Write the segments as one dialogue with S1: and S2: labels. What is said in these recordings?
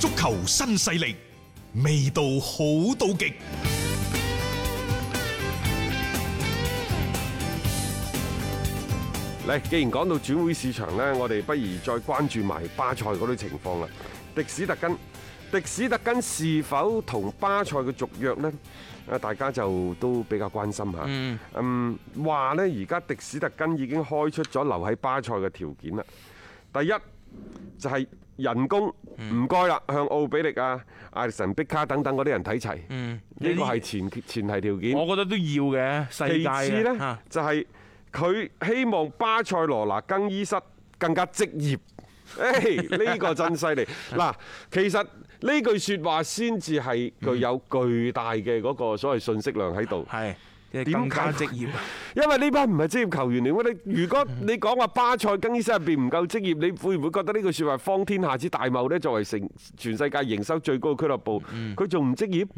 S1: 球新勢力，味道好到極。
S2: 嚟，既然講到轉會市場呢，我哋不如再關注埋巴塞嗰啲情況啦。迪史特根，迪史特根是否同巴塞嘅續約呢？啊，大家就都比較關心嚇。
S3: 嗯，
S2: 嗯，話呢，而家迪史特根已經開出咗留喺巴塞嘅條件啦。第一就係、人工
S3: 嗯
S2: 唔該啦，向奧比力啊、艾力神、碧卡等等嗰啲人睇齊，
S3: 嗯，
S2: 呢個係前前提條件。
S3: 我覺得都要嘅，世
S2: 其
S3: 界嘅
S2: 次呢
S3: 嚇，
S2: 就係佢希望巴塞羅那更衣室更加職業。 誒，呢個真犀利！ 嗱，其實呢句説話先至係具有巨大嘅嗰個所謂信息量喺度。
S3: 係即係
S2: 點
S3: 更加
S2: 解
S3: 職業。啊
S2: 因為呢班唔係職業球員嚟嘅，你如果你講話巴塞更衣室入邊唔夠職業，你會唔會覺得呢句説話荒天下之大謬呢？作為成全世界營收最高嘅俱樂部，佢仲唔職業？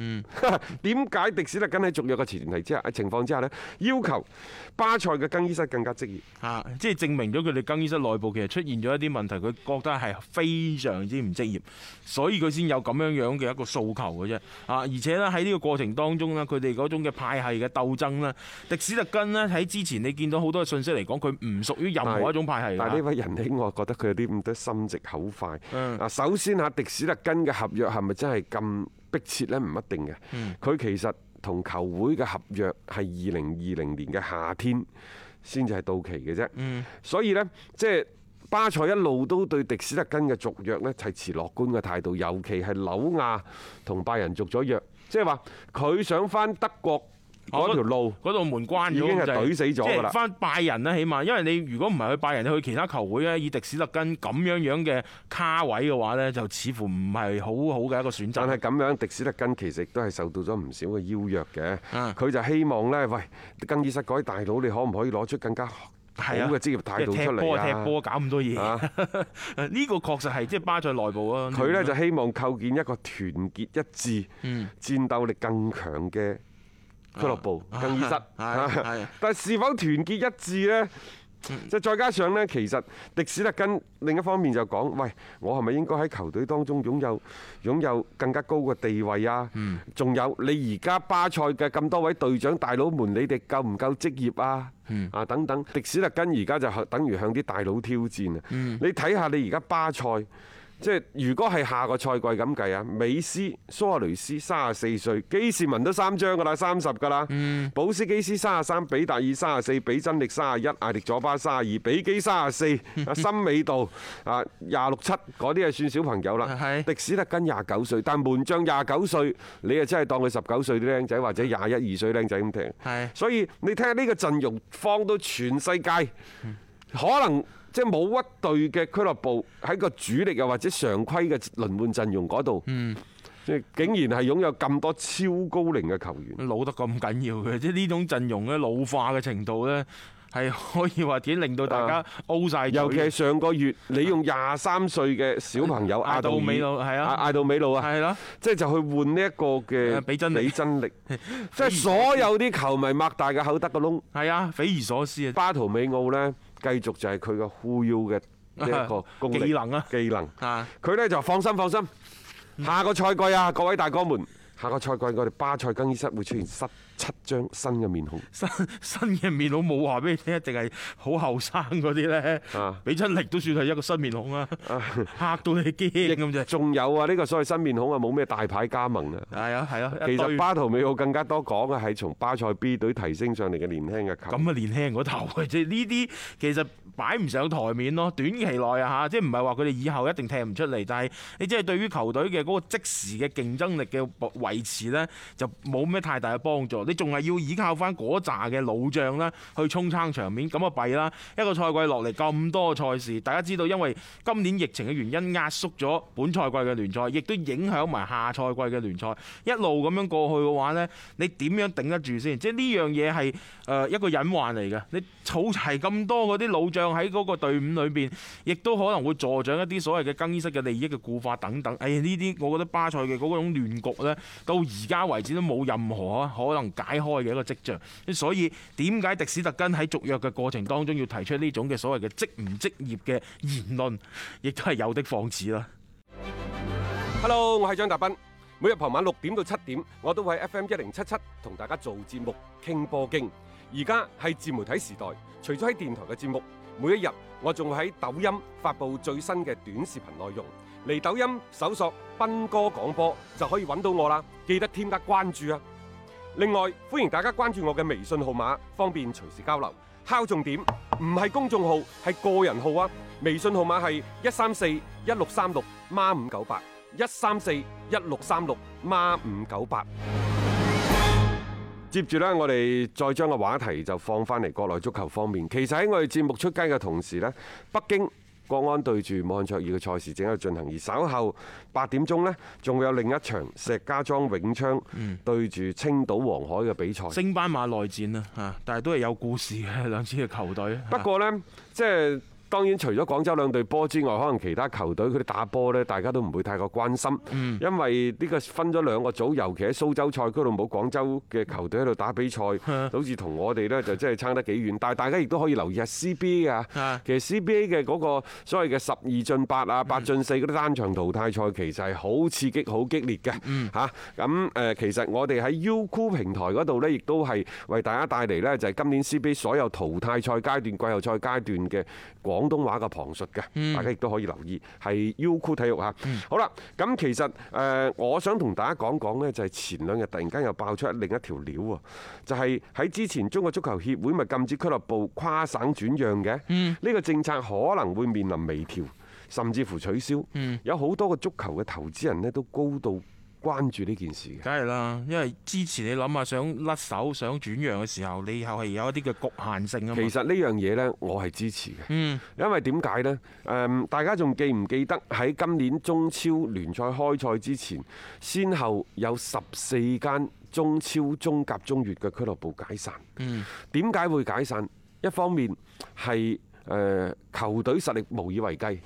S2: 點解迪斯特根喺續約嘅前提之下情況之下呢，要求巴塞嘅更衣室更加職業？
S3: 啊！即係證明咗佢哋更衣室內部其實出現咗一啲問題，佢覺得係非常之唔職業，所以佢先有咁樣樣嘅一個訴求嘅啫。啊！而且咧喺呢個過程當中呢，佢哋嗰種嘅派系嘅鬥爭呢，迪史特根呢喺之前你見到好多嘅信息嚟講，佢唔屬於任何一種派系啊
S2: 但係呢
S3: 㗎。
S2: 位仁兄，我覺得佢有啲咁多心直口快。
S3: 嗯
S2: 啊，首先嚇迪史特根嘅合約係咪真係咁迫切呢？唔一定嘅。佢其實同球會嘅合約係二零二零年嘅夏天先至係到期嘅啫。所以呢，即係。巴塞一路都對迪斯特根嘅續約呢係持樂觀嘅態度，尤其係紐亞同拜仁續咗約，即係話佢想翻德國嗰條路。
S3: 嗰度門關咗，
S2: 已經係
S3: 就
S2: 懟死咗
S3: 即
S2: 㗎啦
S3: 係翻拜仁啊啦，起碼，因為你如果唔係去拜仁，你去其他球會咧，啊以迪史特根咁樣樣嘅卡位嘅話呢，就似乎唔係好好嘅一個選
S2: 但
S3: 擇
S2: 係。咁樣，迪斯特根其實亦都係受到咗唔少嘅邀約嘅
S3: 啊。
S2: 佢就希望呢，喂，更衣室嗰啲大佬，你可唔可以攞出更加好
S3: 係啊
S2: 嘅職業態度
S3: 即係
S2: 出
S3: 踢波
S2: 嚟
S3: 啊踢波搞咁多嘢，
S2: 啊
S3: 呢個確實係即係巴塞內部啊。
S2: 佢呢就希望構建一個團結一致、
S3: 嗯
S2: 戰鬥力更強嘅俱樂部、
S3: 啊
S2: 更衣室。
S3: 係 係嗯
S2: 但係是否團結一致呢？即係再加上呢，其實迪斯特根另一方面就講：喂，我係咪應該喺球隊當中擁有擁有更加高嘅地位啊？
S3: 嗯
S2: 仲有你而家巴塞嘅咁多位隊長大佬們，你哋夠唔夠職業啊？
S3: 嗯
S2: 啊等等，迪斯特根而家就等於向啲大佬挑戰啊！
S3: 嗯
S2: 你睇下你而家巴塞。即係如果係下個賽季咁計啊，美斯、蘇亞雷斯三十四歲，基士文都三張㗎啦，三十㗎啦，
S3: 嗯
S2: 保斯基斯三十三，比達爾三十四，比真力三十一，艾力佐巴三十二，比基三十 四，阿森美度啊廿六七嗰啲係算小朋友啦
S3: 係，
S2: 迪史特根廿九歲，但門將廿九歲，你啊真係當佢十九歲啲僆仔或者廿一二歲僆仔咁踢。
S3: 係
S2: 所以你睇下呢個陣容放到全世界，可能即係冇一隊嘅俱樂部喺個主力又或者常規嘅輪換陣容嗰度，
S3: 嗯
S2: 即係竟然係擁有咁多超高齡嘅球員。
S3: 老得咁緊要嘅，即係呢種陣容咧老化嘅程度咧，係可以話點令到大家 O 晒嘴。
S2: 啊尤其係上個月，你用廿三歲嘅小朋友
S3: 嗌
S2: 嗌
S3: 到
S2: 到
S3: 尾路係啊，
S2: 嗌到美路啊，
S3: 係啦，
S2: 即係就去換呢一個嘅
S3: 誒比真力
S2: 真 力即係所有啲球迷擘大嘅口得個窿。
S3: 係啊，匪夷所思啊！
S2: 巴圖美奧呢，繼續就係佢嘅忽悠嘅呢一 個功力
S3: 技能啊
S2: 技能。
S3: 啊，
S2: 佢呢就放心放心，下個賽季啊，各位大哥們，下個賽季我哋巴塞更衣室會出現七七張新嘅面孔。
S3: 新 新嘅面孔冇話俾你聽，一定係好後生嗰啲咧
S2: 啊，
S3: 俾真力都算係一個新面孔啊， 嚇到你驚咁啫。
S2: 仲有啊，呢個所謂新面孔啊，冇咩大牌加盟啊。
S3: 係啊，係啊，
S2: 其
S3: 一
S2: 實
S3: 堆
S2: 巴圖美奧更加多講啊嘅係從巴塞 B 隊提升上嚟嘅年輕嘅球員。
S3: 咁啊年輕嗰頭 嘅，即係呢啲其實擺唔上台面咯。短期內啊嚇，即係唔係話佢哋以後一定踢唔出嚟，但係你即係對於球隊嘅嗰個即時嘅競爭力嘅維持呢，就冇咩太大嘅幫助。你仲係要依靠翻嗰扎嘅老將啦，去衝撐場面，咁啊弊啦！一個賽季落嚟咁多賽事，大家知道因為今年疫情嘅原因壓縮咗本賽季嘅聯賽，亦都影響埋下賽季嘅聯賽。一路咁樣過去嘅話呢，你點樣頂得住先？即係呢樣嘢係誒一個隱患嚟嘅。你儲齊咁多嗰啲老將喺嗰個隊伍裏邊，亦都可能會助長一啲所謂嘅更衣室嘅利益嘅固化等等。哎呀，呢啲我覺得巴塞嘅嗰種亂局呢，到而家為止都冇任何可能解開嘅一個跡象。所以點解迪斯特根喺續約嘅過程當中要提出呢種嘅所謂嘅職唔職業嘅言論，亦都係有的放矢啦。
S2: Hello，我係張達斌。每日傍晚六點到七點，我都會喺 FM 一零七七同大家做節目傾波經。而家係自媒體時代，除咗喺電台嘅節目，每一日我仲會喺抖音發布最新嘅短視頻內容。嚟抖音搜索斌哥廣播就可以揾到我啦，記得添加關注啊！另外，歡迎大家關注我嘅微信號碼，方便隨時交流。敲重點，唔係公眾號，係個人號啊！微信號碼係一三四一六三六孖五九八，一三四一六三六孖五九八。接住呢，我哋再將個話題就放翻嚟國內足球方面。其實喺我哋節目出街嘅同時呢，北京國安對住武漢卓爾嘅賽事正喺度進行，而稍後八點鐘呢，仲會有另一場石家莊永昌對住青島黃海嘅比賽。
S3: 升班馬內戰啊，嚇，但係都係有故事嘅兩支嘅球隊。
S2: 不過呢，即係當然除咗廣州兩隊波之外，可能其他球隊佢哋打波呢，大家都唔會太過關心，因為呢個分咗兩個組，尤其喺蘇州賽區度冇廣州嘅球隊喺度打比賽，好似同我哋呢就真係差得幾遠。但係大家亦都可以留意下 CBA 啊
S3: 啊，
S2: 其實 CBA 嘅嗰個所謂嘅十二進八啊、八進四嗰啲單場淘汰賽，其實係好刺激、好激烈嘅嚇。咁誒，其實我哋喺 Uku 平台嗰度呢，亦都係為大家帶嚟呢，就係今年 CBA 所有淘汰賽階段、季後賽階段嘅廣東話嘅旁述嘅，大家亦都可以留意係 Uku 體育嚇。好啦，咁其實誒，我想同大家講講呢，就係前兩日突然間又爆出另一條料喎，就係喺之前中國足球協會咪禁止俱樂部跨省轉讓嘅，呢個政策可能會面臨微調，甚至乎取消。有好多個足球嘅投資人呢，都高度關注呢件事嘅。
S3: 梗係啦，因為之前你諗下想甩手、想轉讓嘅時候，你又係有一啲嘅局限性啊
S2: 其
S3: 嘛。
S2: 實呢樣嘢呢，我係支持嘅。
S3: 嗯，
S2: 因為點解呢？誒，大家仲記唔記得喺今年中超聯賽開賽之前，先後有十四間中超、中甲、中乙嘅俱樂部解散。嗯，點解會解散？一方面係誒球隊實力無以為繼，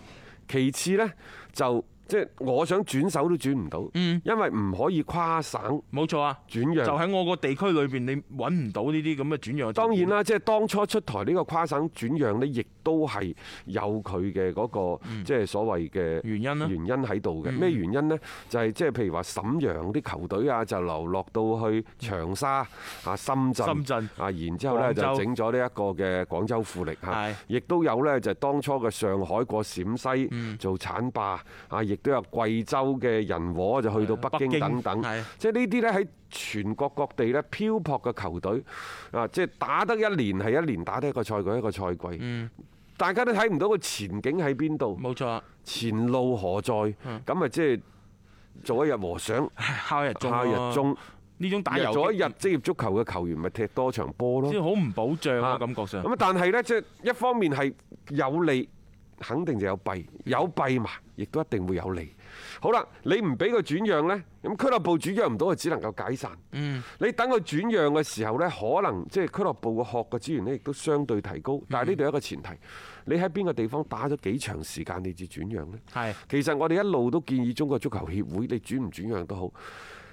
S2: 其次呢，就即係我想轉手都轉唔到，因為唔可以跨省
S3: 冇錯啊。
S2: 轉讓
S3: 嗯就。喺我個地區裏邊，你揾唔到呢啲咁嘅轉讓。
S2: 當然，啦，即係當初出台呢個跨省轉讓呢，亦都係有佢嘅嗰個即係所謂嘅
S3: 嗯原因啦嗯
S2: 原因喺度嘅。咩原因呢？就係即係譬如話瀋陽啲球隊啊，就流落到去長沙啊、深圳、
S3: 嗯深圳
S2: 啊，然之後呢
S3: 廣
S2: 就
S3: 州
S2: 整咗呢一個嘅廣州富力嚇
S3: 係，
S2: 亦都有呢，就係當初嘅上海過陝
S3: 嗯
S2: 西做產霸啊，亦都有貴州嘅人和就去到北京
S3: 北
S2: 等
S3: 京
S2: 等
S3: 係。
S2: 即係呢啲呢，喺全國各地呢漂泊嘅球隊啊，即係打得一年係一年打得一個賽季一個賽季，大家都睇唔到個前景喺邊度，
S3: 嗯冇嗯錯啊，
S2: 前路何在？咁啊，即係做一日和尚，
S3: 敲日中
S2: 下
S3: 啊
S2: 日中，
S3: 呢種打遊擊
S2: 做一日職業足球嘅球員，咪踢多場波咯
S3: 即。係好唔保障
S2: 啊
S3: 啊，感覺上
S2: 咁啊，但係呢，即係一方面係有利，肯定就有弊，有弊嘛，亦都一定會有利。好啦，你唔俾佢轉讓呢，咁俱樂部轉讓唔到，就只能夠解散。嗯，你等佢轉讓嘅時候呢，可能即係俱樂部嘅學嘅資源呢，亦都相對提高。但係呢度有一個前提，你喺邊個地方打咗幾長時間，你至轉讓呢？
S3: 係
S2: 其實我哋一路都建議中國足球協會，你轉唔轉讓都好，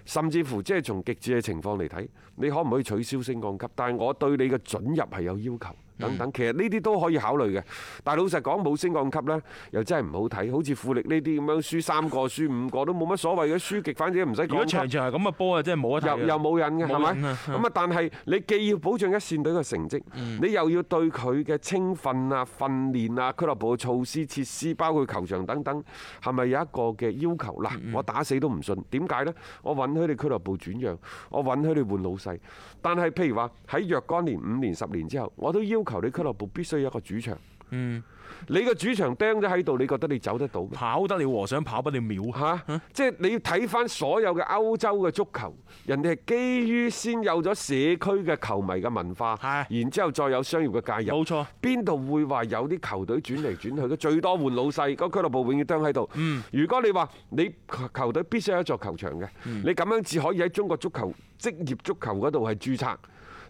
S2: 甚至乎即係從極致嘅情況嚟睇，你可唔可以取消升降級？但係我對你嘅準入係有要求。等等，其實呢啲都可以考慮嘅。但係老實講，冇升降級呢，又真係唔好睇。好似富力呢啲咁樣，輸三個、輸五個都冇乜所謂嘅，輸極反正唔使
S3: 如果
S2: 降級
S3: 場場係咁嘅波啊，真係冇得睇
S2: 又
S3: 啊。
S2: 又冇癮嘅，係
S3: 冇癮
S2: 咪？
S3: 啊嗯
S2: 咁啊，但係你既要保障一線隊嘅成績，你又要對佢嘅青訓啊、訓練啊、俱樂部嘅措施、設施，包括球場等等，係咪有一個嘅要求？
S3: 嗯
S2: 嗱，我打死都唔信，點解呢？我允許你俱樂部轉讓，我允許你換老細，但係譬如話喺若干年、五年、十年之後，我都要求你俱樂部必須有一個主場。
S3: 嗯
S2: 你個主場釘咗喺度，你覺得你走得到咩？
S3: 跑得了和尚跑不了廟。啊
S2: 嚇，即係你要睇翻所有嘅歐洲嘅足球，人哋係基於先有咗社區嘅球迷嘅文化，
S3: 係
S2: 然之後再有商業嘅介入。
S3: 冇錯，
S2: 邊度會話有啲球隊轉嚟轉去嘅？最多換老細，個俱樂部永遠釘喺度。如果你話你球隊必須有一座球場嘅，你咁樣至可以喺中國足球職業足球嗰度係註冊。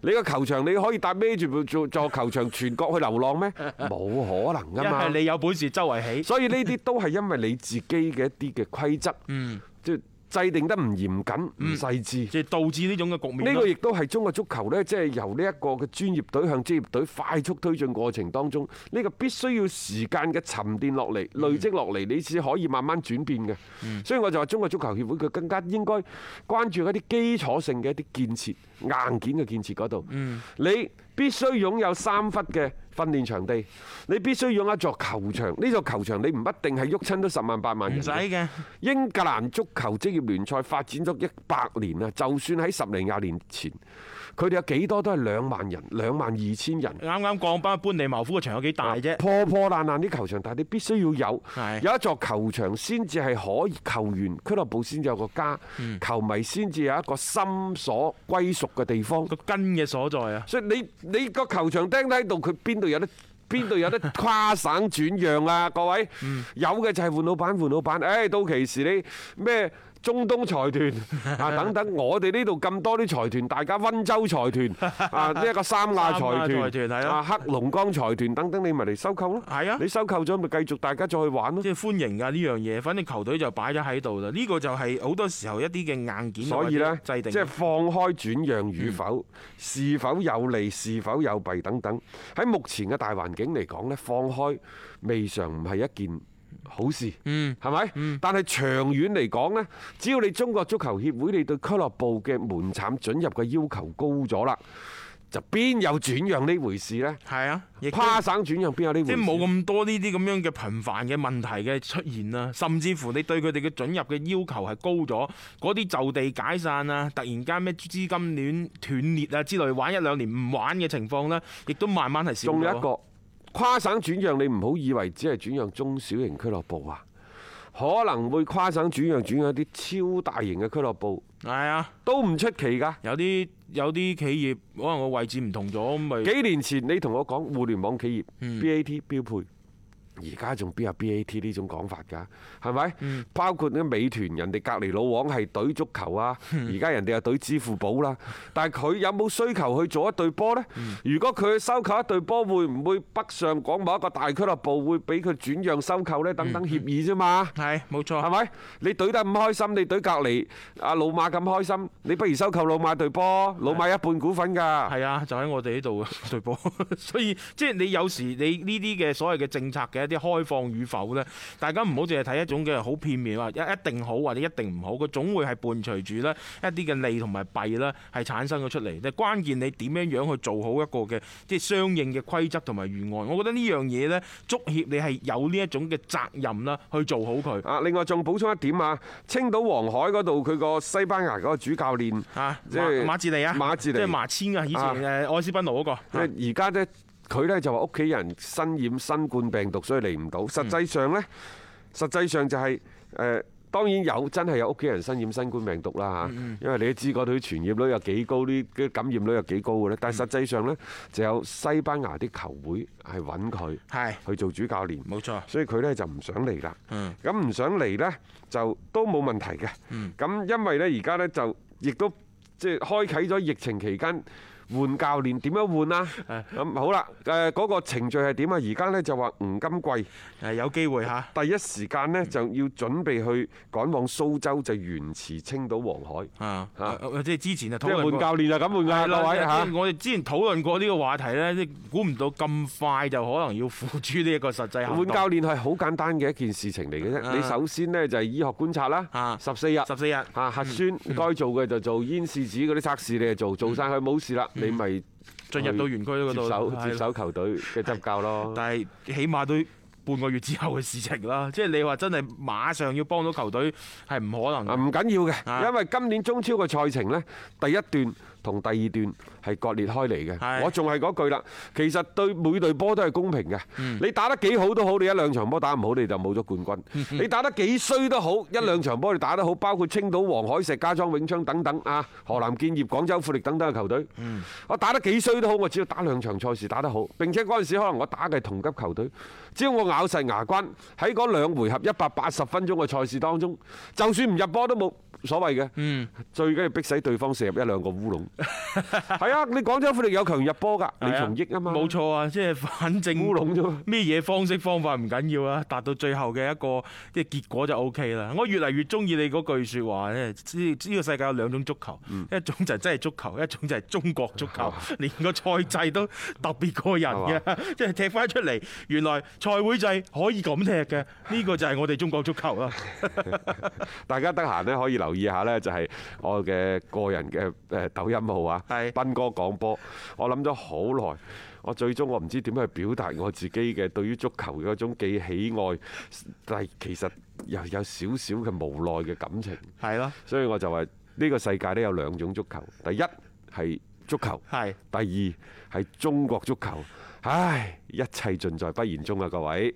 S2: 你個球場你可以搭孭住座座球場全國去流浪 咩？冇可能
S3: 一
S2: 㗎嘛！
S3: 係你有本事周圍起。
S2: 所以呢啲都係因為你自己嘅一啲嘅規則，即係制定得唔嚴謹、唔細緻。
S3: 即係導致呢種嘅局面
S2: 呢
S3: 咯。
S2: 個亦都係中國足球呢，即係由呢一個嘅專業隊向職業隊快速推進過程當中，呢個必須要時間嘅沉澱落嚟、
S3: 嗯
S2: 累積落嚟，你先可以慢慢轉變嘅。所以我就話中國足球協會佢更加應該關注一啲基礎性嘅一啲建設、硬件嘅建設嗰度。
S3: 嗯
S2: 你必須擁有三忽嘅。訓練場地，你必須擁有一座球場。呢座球場你唔一定係喐親都十萬八萬人
S3: 唔
S2: 嘅。
S3: 使嘅，
S2: 英格蘭足球職業聯賽發展咗一百年啦，就算喺十零廿年前，佢哋有幾多都係兩萬人、兩萬二千人。
S3: 啱啱降班，搬利茅夫嘅場有幾大啫？
S2: 破破爛爛啲球場，但係你必須要有
S3: 係
S2: 有一座球場先至係可以球員俱樂部先至有個家，
S3: 嗯
S2: 球迷先至有一個心所歸屬嘅地方。
S3: 個根嘅所在啊！
S2: 所以你你個球場釘喺度，佢邊度有得？邊度有得跨省轉讓啊？ 各位，有嘅就係換老闆換老闆。誒、到期時你咩中東財團 啊等等，我哋呢度咁多啲財團，大家温州財 團啊，呢一個三亞
S3: 三亞
S2: 財
S3: 財團
S2: 團
S3: 係咯
S2: 啊，黑龍江財團等等，你咪嚟收購咯。
S3: 係啊
S2: 你收購咗咪繼續大家再去玩咯。
S3: 即係歡迎㗎呢樣嘢，反正球隊就擺咗喺度啦。呢、個就係好多時候一啲嘅硬件
S2: 所以
S3: 或
S2: 呢，
S3: 者制定嗯
S2: 即係放開轉讓與否，是否有利、是否有弊等等。喺目前嘅大環境嚟講呢，放開未嘗唔係一件好事，
S3: 嗯
S2: 係咪？但係長遠嚟講呢，只要你中國足球協會你對俱樂部嘅門檻准入嘅要求高咗啦，就邊有轉讓呢回事呢？
S3: 係啊，亦都
S2: 跨省轉讓邊有呢回
S3: 即
S2: 事？
S3: 係冇咁多呢啲咁樣嘅頻繁嘅問題嘅出現啦，甚至乎你對佢哋嘅准入嘅要求係高咗，嗰啲就地解散啊，突然間咩資金鏈斷裂啊之類，玩一兩年唔玩嘅情況呢，亦都慢慢係少咗。
S2: 仲有一個跨省轉讓，你唔好以為只係轉讓中小型俱樂部啊，可能會跨省轉讓轉讓一啲超大型嘅俱樂部
S3: 係啊，
S2: 都唔出奇㗎。
S3: 有啲有啲企業可能個位置唔同咗，咁咪
S2: 幾年前你同我講互聯網企業 BAT 標配。而家仲邊有 BAT 呢種講法㗎？係咪？包括啲美團，人哋隔離老王係隊足球啊，而家人哋又隊支付寶啦。但係佢有冇需求去做一隊波呢？如果佢收購一隊波，會唔會北上廣某一個大俱樂部會俾佢轉讓收購呢？等等協議啫嘛。
S3: 係冇錯
S2: 係。咪？你隊得咁開心，你隊隔離阿老馬咁開心，你不如收購老馬隊波，老馬一半股份㗎。
S3: 係啊，就喺我哋呢度嘅 對波，所以即係你有時你呢啲嘅所謂嘅政策嘅一啲開放與否呢，大家唔好淨係睇一種嘅好片面話一一定好或者一定唔好，佢總會係伴隨住呢一啲嘅利同埋弊啦，係產生咗出嚟。但係關鍵你點樣樣去做好一個嘅即係相應嘅規則同埋預案，我覺得呢樣嘢呢，足協你係有呢一種嘅責任啦，去做好佢
S2: 啊！另外仲補充一點啊，青島黃海嗰度佢個西班牙嗰個主教練，
S3: 啊，
S2: 即係
S3: 馬馬志利啊，
S2: 馬志利
S3: 即係馬千啊，以前誒愛斯賓奴嗰個。
S2: 即係而家呢，佢呢就話屋企人身染新冠病毒，所以嚟唔
S3: 嗯
S2: 到。實際上呢，實際上就係、誒。當然有，真係有屋企人身染新冠病毒啦
S3: 嗯
S2: 嚇，因為你都知嗰度啲傳染率有幾高，啲啲感染率有幾高嘅咧。但係實際上呢，就有西班牙啲球會係揾佢
S3: 係
S2: 去做主教練，
S3: 冇錯，
S2: 所以佢呢就唔想嚟啦。
S3: 嗯
S2: 咁唔想嚟呢，就都冇問題嘅。咁因為呢，而家呢，就亦都即係開啟咗疫情期間換教練點樣換啦。咁好啦，誒嗰個程序係點啊？而家呢，就話吳金貴
S3: 誒有機會嚇。
S2: 第一時間呢，就要準備去趕往蘇州，就沿池青島黃海，
S3: 啊，
S2: 啊
S3: 啊即係之前就
S2: 即
S3: 討
S2: 係
S3: 論
S2: 換
S3: 過。
S2: 教練就咁換㗎
S3: 係啦
S2: 啦，各啊位
S3: 即係
S2: 嚇。
S3: 我哋之前討論過呢個話題咧，即係估唔到咁快就可能要付諸呢一個實際行
S2: 換
S3: 動。
S2: 教練係好簡單嘅一件事情嚟嘅啫。
S3: 啊
S2: 你首先呢，就係醫學觀察
S3: 啊
S2: 啦，十四日。
S3: 十四日，
S2: 啊核酸該做嘅就做，煙試紙嗰啲測試你就做，做晒佢冇事啦，你咪
S3: 嗯進入到園區嗰
S2: 接
S3: 度
S2: 手
S3: 係
S2: 接手球隊嘅執教 咯。
S3: 但係起碼都半個月之後嘅事情啦。即係你話真係馬上要幫到球隊係唔可
S2: 啊
S3: 能。
S2: 唔緊要
S3: 啊
S2: 嘅，因為今年中超嘅賽程呢，第一段同第二段係割裂開嚟
S3: 係
S2: 嘅。我仲係嗰句啦，其實對每隊波都係公平嘅。你打得幾好都好，你一兩場波打唔好你就冇咗冠軍。你打得幾衰都好，一兩場波你打得好，包括青島、黃海、石家莊、永昌等等啊，河南建業、廣州富力等等嘅球隊，我打得幾衰都好，我只要打兩場賽事打得好，並且嗰陣時可能我打嘅係同級球隊，只要我咬實牙關喺嗰兩回合一百八十分鐘嘅賽事當中，就算唔入波都冇所謂嘅，最緊要逼使對方射入一兩個烏龍。 係啊，你廣州富力有球員入波㗎，李
S3: 係啊
S2: 松益啊嘛，
S3: 冇錯啊，即係反正
S2: 烏龍啫嘛。
S3: 咩嘢方式方法唔緊要啊，達到最後嘅一個即係結果就 O K 啦。我越嚟越中意你嗰句説話咧，呢呢個世界有兩種足球，
S2: 嗯
S3: 一種就真係足球，一種就係中 國足球，連個賽制都特別過人嘅，即係踢翻出嚟，原來賽會制可以咁踢嘅，呢個就係我哋中國足球啦。
S2: 大家得閒咧可以留意下呢，就係我嘅個人嘅誒抖音號啊，
S3: 係
S2: 斌哥講波。我諗咗好耐，我最終我唔知點去表達我自己嘅對於足球嘅嗰種既喜愛，但係其實又有少少嘅無奈嘅感情。
S3: 係咯，
S2: 所以我就話呢個世界呢，有兩種足球，第一係足球，
S3: 係。
S2: 第二係中國足球。唉，一切盡在不言中啊，各位。